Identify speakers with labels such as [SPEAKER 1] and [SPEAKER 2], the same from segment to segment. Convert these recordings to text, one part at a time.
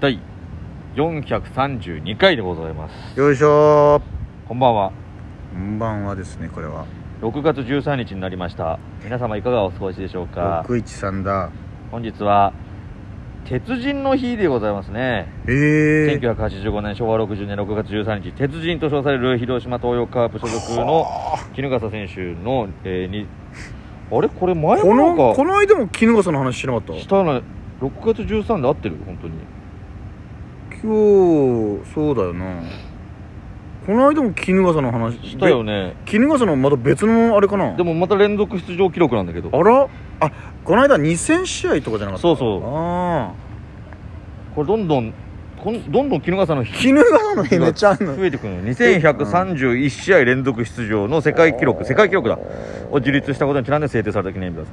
[SPEAKER 1] 第432回でございます
[SPEAKER 2] よいしょ
[SPEAKER 1] こんばんは
[SPEAKER 2] ーんばんはですねこれは
[SPEAKER 1] 6月13日になりました皆様いかがお過ごしでしょうか
[SPEAKER 2] 613だ
[SPEAKER 1] 本日は鉄人の日でございますね、
[SPEAKER 2] ええ
[SPEAKER 1] 1985年昭和60年6月13日鉄人と称される広島東洋カープ所属の衣笠選手の、えーにあれこれ前
[SPEAKER 2] こ
[SPEAKER 1] もなん
[SPEAKER 2] の
[SPEAKER 1] か
[SPEAKER 2] この間も衣笠の話しなかった
[SPEAKER 1] したような6月13で合ってる本当に
[SPEAKER 2] 今日そうだよなこの間も衣笠の話
[SPEAKER 1] したよね
[SPEAKER 2] で衣笠のまた別のあれかな
[SPEAKER 1] でもまた連続出場記録なんだけど
[SPEAKER 2] あらあこの間2000試合とかじゃなかった
[SPEAKER 1] そうそう
[SPEAKER 2] ああ
[SPEAKER 1] これどんどんこんどんどん衣笠の日
[SPEAKER 2] 衣笠の日めっちゃあんの
[SPEAKER 1] 増えてくるの2131試合連続出場の世界記録世界記録だを樹立したことにちなんで制定された記念日だ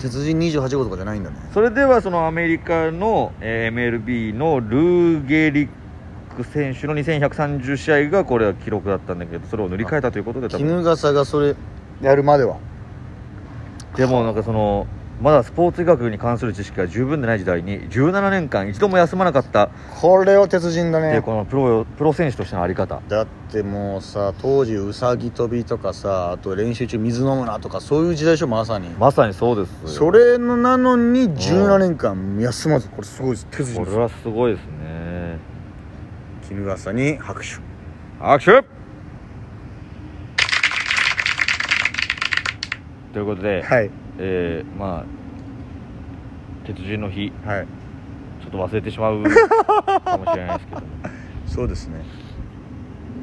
[SPEAKER 2] 鉄人28号とかじゃないんだね
[SPEAKER 1] それではそのアメリカのえー MLB のルーゲリック選手の2130試合がこれは記録だったんだけどそれを塗り替えたということで多分
[SPEAKER 2] 衣笠がそれやるまでは
[SPEAKER 1] でもなんかそのまだスポーツ医学に関する知識が十分でない時代に17年間一度も休まなかった
[SPEAKER 2] これは鉄人だ
[SPEAKER 1] って
[SPEAKER 2] ね
[SPEAKER 1] いうこのプロプロ選手としてのあり方
[SPEAKER 2] だってもうさ当時うさぎ跳びとかさあと練習中水飲むなとかそういう時代でしょまさに、
[SPEAKER 1] まさにそうですよ
[SPEAKER 2] それのなのに17年間休まずこれすごいです手筋
[SPEAKER 1] これはすごいですね
[SPEAKER 2] 衣笠に拍手
[SPEAKER 1] 拍手ということで、
[SPEAKER 2] はい
[SPEAKER 1] えー、まあ鉄人の日
[SPEAKER 2] はい
[SPEAKER 1] ちょっと忘れてしまうかもしれないですけ ど
[SPEAKER 2] そうですね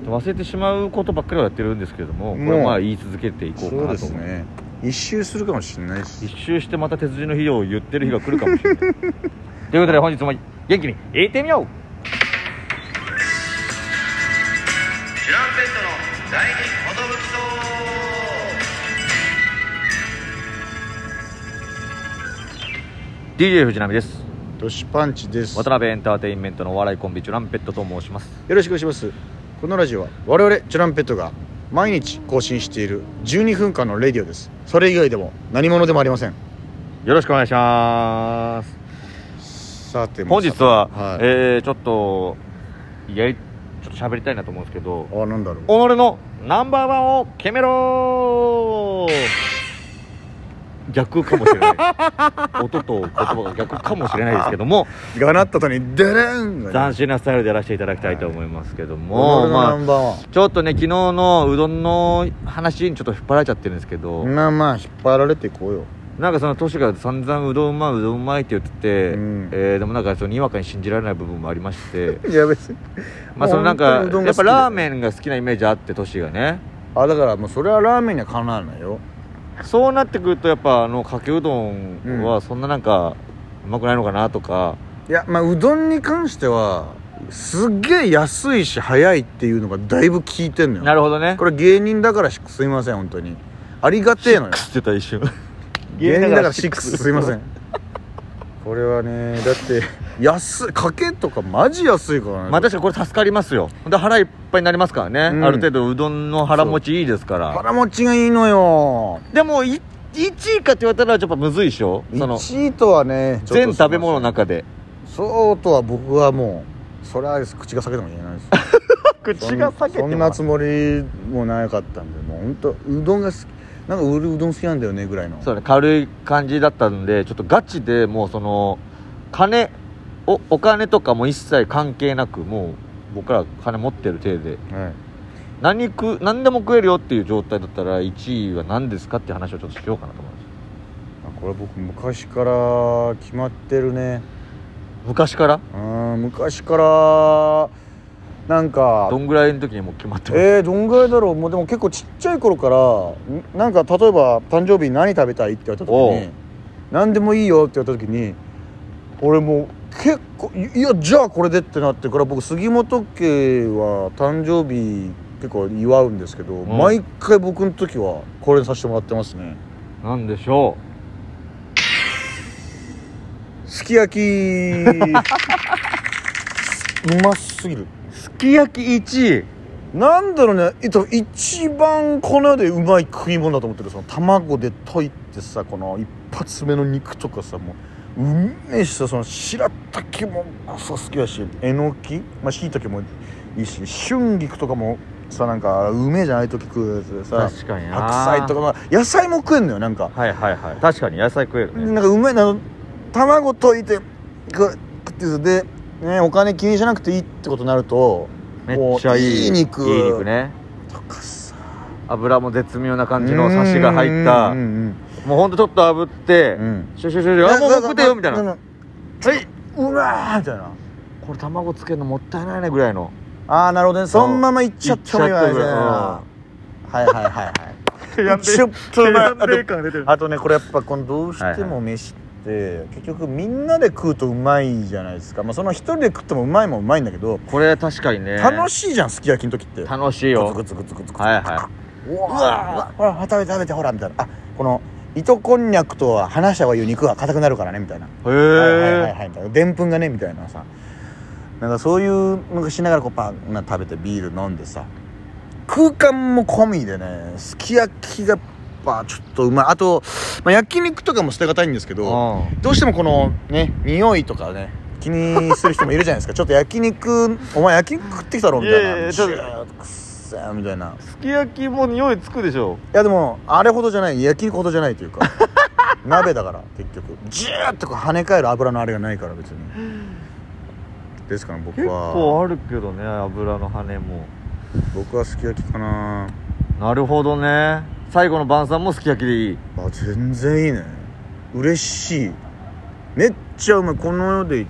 [SPEAKER 1] も忘れてしまうことばっかりはやってるんですけどもこ
[SPEAKER 2] も
[SPEAKER 1] れ
[SPEAKER 2] う
[SPEAKER 1] はまあ言い続けていこう
[SPEAKER 2] そ
[SPEAKER 1] か
[SPEAKER 2] う
[SPEAKER 1] な
[SPEAKER 2] で
[SPEAKER 1] と
[SPEAKER 2] す
[SPEAKER 1] 思います
[SPEAKER 2] ね一周するかもしれないし
[SPEAKER 1] 一周してまた鉄人の日を言ってる日が来るかもしれない ということで本日も元気にいってみよう
[SPEAKER 3] チュランペットの第二寿と
[SPEAKER 1] DJ 藤波です
[SPEAKER 2] ドシパンチです
[SPEAKER 1] 渡辺エンターテインメントのお笑いコンビチュランペットと申します
[SPEAKER 2] よろしくお願いしますこのラジオは我々チュランペットが毎日更新している12分間のレディオですそれ以外でも何者でもありません
[SPEAKER 1] よろしくお願いします
[SPEAKER 2] さても
[SPEAKER 1] 本
[SPEAKER 2] うさ
[SPEAKER 1] 日は、
[SPEAKER 2] はい
[SPEAKER 1] えーちょっとやりちょっと喋りたいなと思うんですけど
[SPEAKER 2] あなんだろう
[SPEAKER 1] 己のナンバーワンを決めろ逆かもしれない 音と言葉が逆かもしれないですけども
[SPEAKER 2] がなった後にデレンがね
[SPEAKER 1] 斬新なスタイルでやらせていただきたいと思いますけども、
[SPEAKER 2] 俺のナン
[SPEAKER 1] ま
[SPEAKER 2] バーワン
[SPEAKER 1] あ、ちょっとね昨日のうどんの話にちょっと引っ張られちゃってるんですけど、
[SPEAKER 2] まあまあ引っ張られていこうよ
[SPEAKER 1] なんかそのトシが散々うどんうまいうどんうまいって言ってて、
[SPEAKER 2] うん
[SPEAKER 1] えーでもなんかそのにわかに信じられない部分もありまして
[SPEAKER 2] いや別に
[SPEAKER 1] まあそのなんか
[SPEAKER 2] もう本当にうどん
[SPEAKER 1] や
[SPEAKER 2] が
[SPEAKER 1] っ
[SPEAKER 2] 好
[SPEAKER 1] ぱ
[SPEAKER 2] きだよ
[SPEAKER 1] ラーメンが好きなイメージあってトシがね
[SPEAKER 2] あだからもうそれはラーメンにはかなわないよ
[SPEAKER 1] そうなってくるとやっぱあのかけうどん
[SPEAKER 2] う
[SPEAKER 1] は
[SPEAKER 2] ん
[SPEAKER 1] そんななんかうまくないのかなとか、
[SPEAKER 2] いやまあうどんに関してはすっげえ安いし早いっていうのがだいぶ効いてんのよ
[SPEAKER 1] なるほどね
[SPEAKER 2] これ芸人だからシックスすいません本当にありがてえのよ
[SPEAKER 1] 知ってた一瞬
[SPEAKER 2] 芸人だからシッ クス
[SPEAKER 1] 6
[SPEAKER 2] すいません これはねだって安いかけとかマジ安いからね
[SPEAKER 1] まあ確かにこれ助かりますよで腹いっぱいになりますからね、
[SPEAKER 2] うん
[SPEAKER 1] ある程度うどんの腹持ちいいですから
[SPEAKER 2] 腹持ちがいいのよ
[SPEAKER 1] でもい1位かって言われたらやっぱむずいでしょその
[SPEAKER 2] 1位とはねちょっと
[SPEAKER 1] 全食べ物の中 で
[SPEAKER 2] そうとは僕はもうそれは口が裂けても言えないで す
[SPEAKER 1] 口が裂けて
[SPEAKER 2] そんそんなつもりもなかったんでもう本当うどんが好きなんか俺うどん好きなんだよねぐらいの
[SPEAKER 1] そうね軽い感じだったんでちょっとガチでもうその金おお金とかも一切関係なくもう僕ら金持ってる体で
[SPEAKER 2] はい、
[SPEAKER 1] 何食う何でも食えるよっていう状態だったら1位は何ですかっていう話をちょっとしようかなと思います
[SPEAKER 2] あこれ僕昔から決まってるね
[SPEAKER 1] 昔から
[SPEAKER 2] うん昔からなんか
[SPEAKER 1] どんぐらいの時にもう決まってます、
[SPEAKER 2] えー、どんぐらいだろうもうでも結構ちっちゃい頃からんなんか例えば誕生日に何食べたいって言われた時
[SPEAKER 1] おう
[SPEAKER 2] に何でもいいよって言われた時に俺もう結構いいやじゃあこれでってなってから僕杉本家は誕生日結構祝うんですけど、
[SPEAKER 1] ん
[SPEAKER 2] 毎回僕の時はこれにさせてもらってますね
[SPEAKER 1] なんでしょ
[SPEAKER 2] す き焼きうますぎる
[SPEAKER 1] うすき焼き1位
[SPEAKER 2] なんだろうねえっと一番この世でうまい食い物だと思ってるその卵で溶いてさこの一発目の肉とかさもううめえしさその白滝もクソ好きだしえのきまあしいたけもいいし春菊とかもさなんかうめえじゃない時食うやつでさ
[SPEAKER 1] 確かにな
[SPEAKER 2] 白菜とか、まあ、野菜も食えんのよなんか
[SPEAKER 1] はいはいはい確かに野菜食える
[SPEAKER 2] なん
[SPEAKER 1] ね
[SPEAKER 2] かうまいな卵溶いてく食ってさで、ね、お金気にしなくていいってことになると
[SPEAKER 1] めっちゃいい
[SPEAKER 2] おいい肉
[SPEAKER 1] いい肉ね
[SPEAKER 2] とかさ
[SPEAKER 1] 油も絶妙な感じのサシが入った
[SPEAKER 2] うんうん
[SPEAKER 1] もうほんとちょっと炙って、
[SPEAKER 2] うん
[SPEAKER 1] シュシュシュシュあもうもう食ってよみたいな
[SPEAKER 2] は
[SPEAKER 1] はい
[SPEAKER 2] いうわーみたいな
[SPEAKER 1] これ卵つけるのもったいないねぐらいの
[SPEAKER 2] ああなるほどねそのままいっちゃったもいいわ
[SPEAKER 1] う
[SPEAKER 2] けだ
[SPEAKER 1] ん
[SPEAKER 2] なはいはいはいはい
[SPEAKER 1] や
[SPEAKER 2] ちょっとな
[SPEAKER 1] 感出てる
[SPEAKER 2] あとねこれやっぱこのどうしても飯って結局みんなで食うとうまいじゃないですかまあその一人で食ってもうまいもんうまいんだけど
[SPEAKER 1] これ確かにね
[SPEAKER 2] 楽
[SPEAKER 1] し
[SPEAKER 2] しいじゃんすき焼きの時って
[SPEAKER 1] い楽しい
[SPEAKER 2] い
[SPEAKER 1] よ
[SPEAKER 2] グツグツグツグツグツ
[SPEAKER 1] はいは
[SPEAKER 2] うわーほら食べて食べてほらみたいなあこの糸こんにゃくとは離した方がいいよ肉が硬くなるからねみたいない
[SPEAKER 1] へえ、
[SPEAKER 2] はいはいはいはいでんぷんがねみたいなさなんかそういうのがしながらこうパンな食べてビール飲んでさ空間も込みでねすき焼きがやっぱちょっとうまいあと、まあ、焼肉とかも捨てがたいんですけど
[SPEAKER 1] う
[SPEAKER 2] どうしてもこのね匂いとかね気にする人もいるじゃないですかちょっと焼肉お前焼肉食ってきたろみたい
[SPEAKER 1] いやい
[SPEAKER 2] な
[SPEAKER 1] やちょっと、
[SPEAKER 2] ジューくっせーみたいなん
[SPEAKER 1] すき焼きも匂いつくでしょ
[SPEAKER 2] いやでもあれほどじゃない焼肉ほどじゃないとい うか鍋だから結局ジューッとこう跳ね返る油のあれがないから別にですから僕
[SPEAKER 1] 結構
[SPEAKER 2] は
[SPEAKER 1] あるけどね油の羽も
[SPEAKER 2] 僕はすき焼きかな
[SPEAKER 1] なるほどね最後の晩餐もすき焼きでいい
[SPEAKER 2] あ全然いいね嬉しいめっちゃうまいこの世で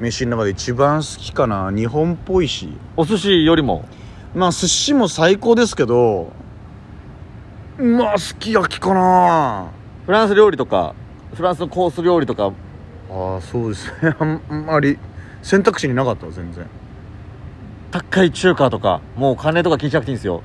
[SPEAKER 2] 飯の中で一番好きかな日本っぽいし
[SPEAKER 1] お寿司よりも
[SPEAKER 2] まあ寿司も最高ですけどまあすき焼きかな
[SPEAKER 1] フランス料理とかフランスのコース料理とか
[SPEAKER 2] ああそうですねあんあんまり選択肢になかったわ全然
[SPEAKER 1] 高い中華とかもう金とか気にしなくていいんですよ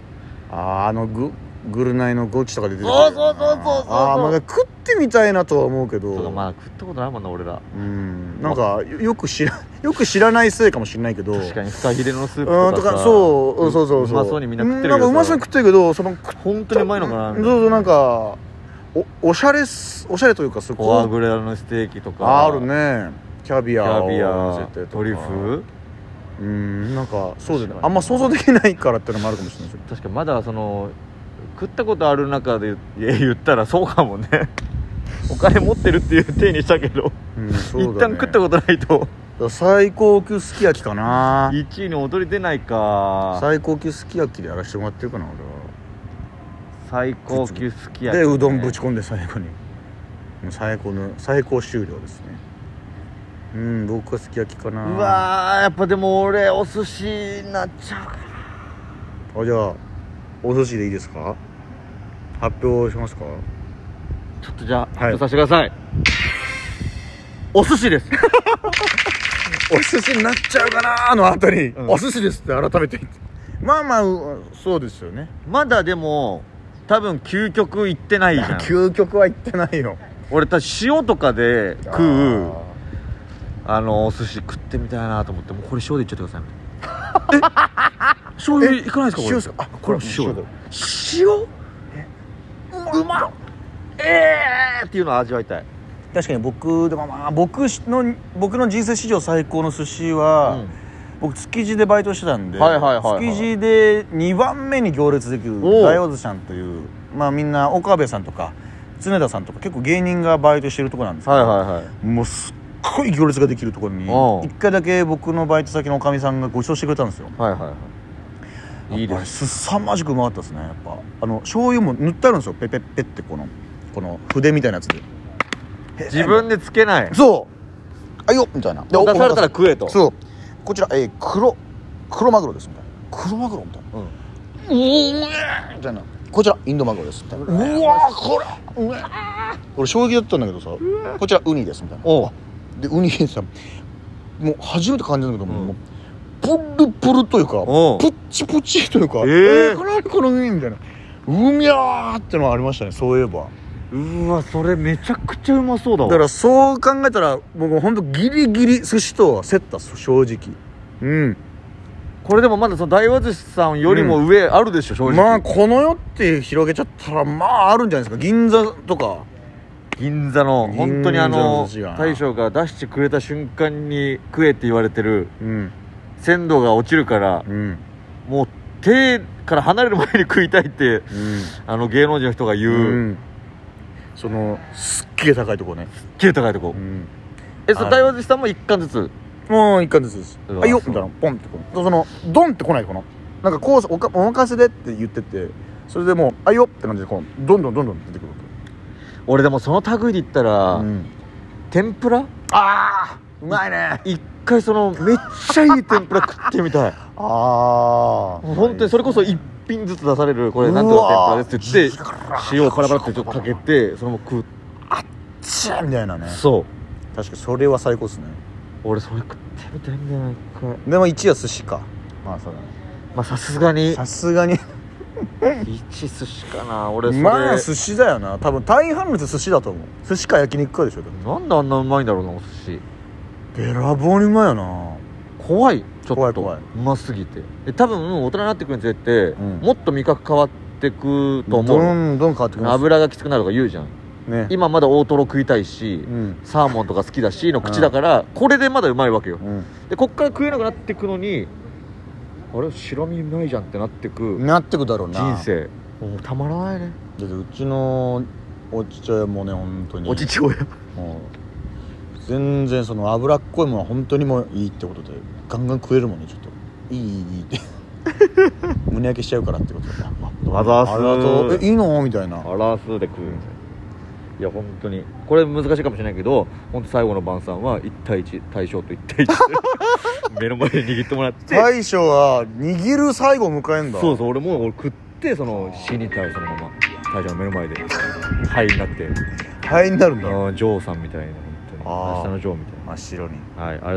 [SPEAKER 2] あーあのググルナイのゴチとかで出てくる
[SPEAKER 1] そうそうそうそうそうそう
[SPEAKER 2] ああまあ食ってみたいなとは思うけ
[SPEAKER 1] とか
[SPEAKER 2] ど
[SPEAKER 1] まあ食ったことないもんな俺ら
[SPEAKER 2] うんなんかよよく知ら よく知らないせいかもしれないけど
[SPEAKER 1] 確かにフカヒレのスープ
[SPEAKER 2] うん
[SPEAKER 1] と
[SPEAKER 2] と
[SPEAKER 1] か
[SPEAKER 2] か
[SPEAKER 1] さ
[SPEAKER 2] そううんそうそうそう
[SPEAKER 1] まそうにみんな食ってる
[SPEAKER 2] な
[SPEAKER 1] け
[SPEAKER 2] ん
[SPEAKER 1] ど
[SPEAKER 2] かうまそうに食ってるけどその
[SPEAKER 1] 食本当にうまいのかな
[SPEAKER 2] そうそうなんかおおしゃれっすおしゃれというかそ
[SPEAKER 1] フォア
[SPEAKER 2] こ
[SPEAKER 1] グラのステーキとか
[SPEAKER 2] あるねキャビ
[SPEAKER 1] キ
[SPEAKER 2] ア
[SPEAKER 1] ャ
[SPEAKER 2] を
[SPEAKER 1] ビ
[SPEAKER 2] 乗せ
[SPEAKER 1] ア
[SPEAKER 2] てとか
[SPEAKER 1] トリュフ
[SPEAKER 2] うんなんかそうだ
[SPEAKER 1] 確
[SPEAKER 2] よ
[SPEAKER 1] か
[SPEAKER 2] ね
[SPEAKER 1] に
[SPEAKER 2] あんま想像できないからってのもあるかもしれないです
[SPEAKER 1] 確かにまだその食ったことある中で いや言ったらそうかもね お金持ってるっていう体にしたけど、
[SPEAKER 2] うんそうだね
[SPEAKER 1] 一旦食ったことないと
[SPEAKER 2] だから最高級すき焼きかな
[SPEAKER 1] 1位に踊り出ないか
[SPEAKER 2] 最高級すき焼きでやらせてもらってるかな俺は
[SPEAKER 1] 最高級すき焼き、
[SPEAKER 2] でうどんぶち込んで最後にもう最高の最高終了ですねうん僕はすき焼きかな
[SPEAKER 1] うわーやっぱでも俺お寿司になっちゃうかな
[SPEAKER 2] あじゃあお寿司でいいですか発表しますか
[SPEAKER 1] ちょっとじゃあ、
[SPEAKER 2] はい
[SPEAKER 1] 発表させてくださいお寿司です
[SPEAKER 2] お寿司になっちゃうかなのあたり、
[SPEAKER 1] うん
[SPEAKER 2] お寿司ですって改めて言ってまあまあうそうですよね
[SPEAKER 1] まだでも多分究極いってないじゃん
[SPEAKER 2] 究極は言ってないよ
[SPEAKER 1] 俺たち塩とかで食う
[SPEAKER 2] あ
[SPEAKER 1] あのお寿司食ってみたいなと思ってもうこれ塩でいっちゃってくださいみたいなえ醤
[SPEAKER 2] ー
[SPEAKER 1] 油いかないですかこれ
[SPEAKER 2] 塩っすかあこれも塩だ
[SPEAKER 1] 塩うまっええー、っていうのを味わいたい
[SPEAKER 2] 確かに僕でもまあ僕の僕の人生史上最高の寿司は、
[SPEAKER 1] うん
[SPEAKER 2] 僕築地でバイトしてたんで、
[SPEAKER 1] はいはいはいはい
[SPEAKER 2] 築地で2番目に行列できる
[SPEAKER 1] おう
[SPEAKER 2] 大王寿司さんというまあみんな岡部さんとか常田さんとか結構芸人がバイトしてるとこなんですけど、
[SPEAKER 1] はいはいはい
[SPEAKER 2] もうすっごい行列ができるところに
[SPEAKER 1] おう
[SPEAKER 2] 一回だけ僕のバイト先のおかみさんがご馳走してくれたんですよ
[SPEAKER 1] はいはいはいいい
[SPEAKER 2] やっ
[SPEAKER 1] で
[SPEAKER 2] ぱり
[SPEAKER 1] す
[SPEAKER 2] すさまじくうまかったですねやっぱあの醤油も塗ってあるんですよペペッペってこのこの筆みたいなやつで
[SPEAKER 1] 自分でつけない
[SPEAKER 2] そうあいよみたいなで
[SPEAKER 1] 出されたら食えと
[SPEAKER 2] そうこちら、えー、黒黒マグロですみたいな黒マグロみたいな
[SPEAKER 1] うん
[SPEAKER 2] うえみたいなこちらインドマグロですみたいなうわーこれうえ俺衝撃だったんだけどさこちらウニですみたいな
[SPEAKER 1] おう
[SPEAKER 2] でウニさもう初めて感じたんだけども,、
[SPEAKER 1] うん
[SPEAKER 2] もうプルプルというか
[SPEAKER 1] おう
[SPEAKER 2] プッチプチというか
[SPEAKER 1] えー
[SPEAKER 2] えーこれこのウニみたいなうみゃーってのはありましたねそういえば
[SPEAKER 1] うわそれめちゃくちゃうまそうだわ
[SPEAKER 2] だからそう考えたら僕本当ギリギリ寿司とはセット正直うん
[SPEAKER 1] これでもまだその大和寿司さんよりも上あるでしょ、正直
[SPEAKER 2] まあこの世って広げちゃったらまああるんじゃないですか銀座とか
[SPEAKER 1] 銀座の
[SPEAKER 2] 銀座の
[SPEAKER 1] 本当にあの
[SPEAKER 2] 寿司が
[SPEAKER 1] 大将が出してくれた瞬間に食えって言われてる
[SPEAKER 2] うん
[SPEAKER 1] 鮮度が落ちるから
[SPEAKER 2] うん
[SPEAKER 1] もう手から離れる前に食いたいって
[SPEAKER 2] うん
[SPEAKER 1] あの芸能人の人が言う、
[SPEAKER 2] うんそのすっげえ高いとこね、
[SPEAKER 1] 切れ高いとこ、
[SPEAKER 2] ん、
[SPEAKER 1] えそれ大和寺さんも一貫ずつ
[SPEAKER 2] もう一貫ずつです
[SPEAKER 1] う
[SPEAKER 2] 「
[SPEAKER 1] わ
[SPEAKER 2] あいいよ」み
[SPEAKER 1] そ
[SPEAKER 2] た
[SPEAKER 1] う
[SPEAKER 2] いなポンってこうそのドンって来ないこのなんかこうおかお任せでって言っててそれでもう「あいいよ」って感じでこうどんどんどんどん出てくるわけ
[SPEAKER 1] 俺でもその類で言ったら、
[SPEAKER 2] うん
[SPEAKER 1] 天ぷら
[SPEAKER 2] あーうまいね
[SPEAKER 1] 一回そのめっちゃいい天ぷら食って みたい
[SPEAKER 2] ああ
[SPEAKER 1] 本当にそれこそ一品ずつ出されるこれなんとか天ぷらですって言って塩をパラパラってちょっとかけてそのまま食う
[SPEAKER 2] チーみたいなね
[SPEAKER 1] そう
[SPEAKER 2] 確かにそれは最高ですね
[SPEAKER 1] 俺それ食ってみたいんだよな一回
[SPEAKER 2] でも1位は寿司かまあそうだね
[SPEAKER 1] まあさすがに
[SPEAKER 2] さすがに
[SPEAKER 1] 一寿司かな俺それ、
[SPEAKER 2] まあ寿司だよな多分大半のやつ寿司だと思う寿司か焼肉かでしょ多分
[SPEAKER 1] なんであんなうまいんだろうなお寿司
[SPEAKER 2] べらぼうにうまいよな
[SPEAKER 1] 怖いちょっと
[SPEAKER 2] 怖い怖いう
[SPEAKER 1] ますぎてで多分大人になってくるにつれて、
[SPEAKER 2] うん
[SPEAKER 1] もっと味覚変わってくと
[SPEAKER 2] どん
[SPEAKER 1] 思うの
[SPEAKER 2] どん変わってきます
[SPEAKER 1] 油がきつくなるとか言うじゃん
[SPEAKER 2] ね
[SPEAKER 1] 今まだ大トロ食いたいし、
[SPEAKER 2] うん
[SPEAKER 1] サーモンとか好きだしの口だから、これでまだうまいわけよ
[SPEAKER 2] う
[SPEAKER 1] でこっから食えなくなってくのにあれ白身ないじゃんってなって
[SPEAKER 2] ん
[SPEAKER 1] く
[SPEAKER 2] なってくだろうな
[SPEAKER 1] 人生もうたまらないね
[SPEAKER 2] だってうちのお父親もね本当に
[SPEAKER 1] お父親
[SPEAKER 2] もう全然その脂っこいものは本当にもういいってことでガンガン食えるもんねちょっといいいいいいって胸焼けしちゃうからってことだ
[SPEAKER 1] あざーす
[SPEAKER 2] ありがとうえいいのみたいな
[SPEAKER 1] あらすで食うんいや本当にこれ難しいかもしれないけど本当最後の晩餐は1対1対象と1対1目の前で握ってもらって、
[SPEAKER 2] 大将は握る最後を迎えんだ
[SPEAKER 1] そうそう俺もう俺食ってその死にたいそのまま大将の目の前で灰になって
[SPEAKER 2] 肺になるんだ
[SPEAKER 1] あージョーさんみたいな本当に
[SPEAKER 2] あー
[SPEAKER 1] 明日のジョーみたい
[SPEAKER 2] 真っ白に
[SPEAKER 1] なはいありがとうございます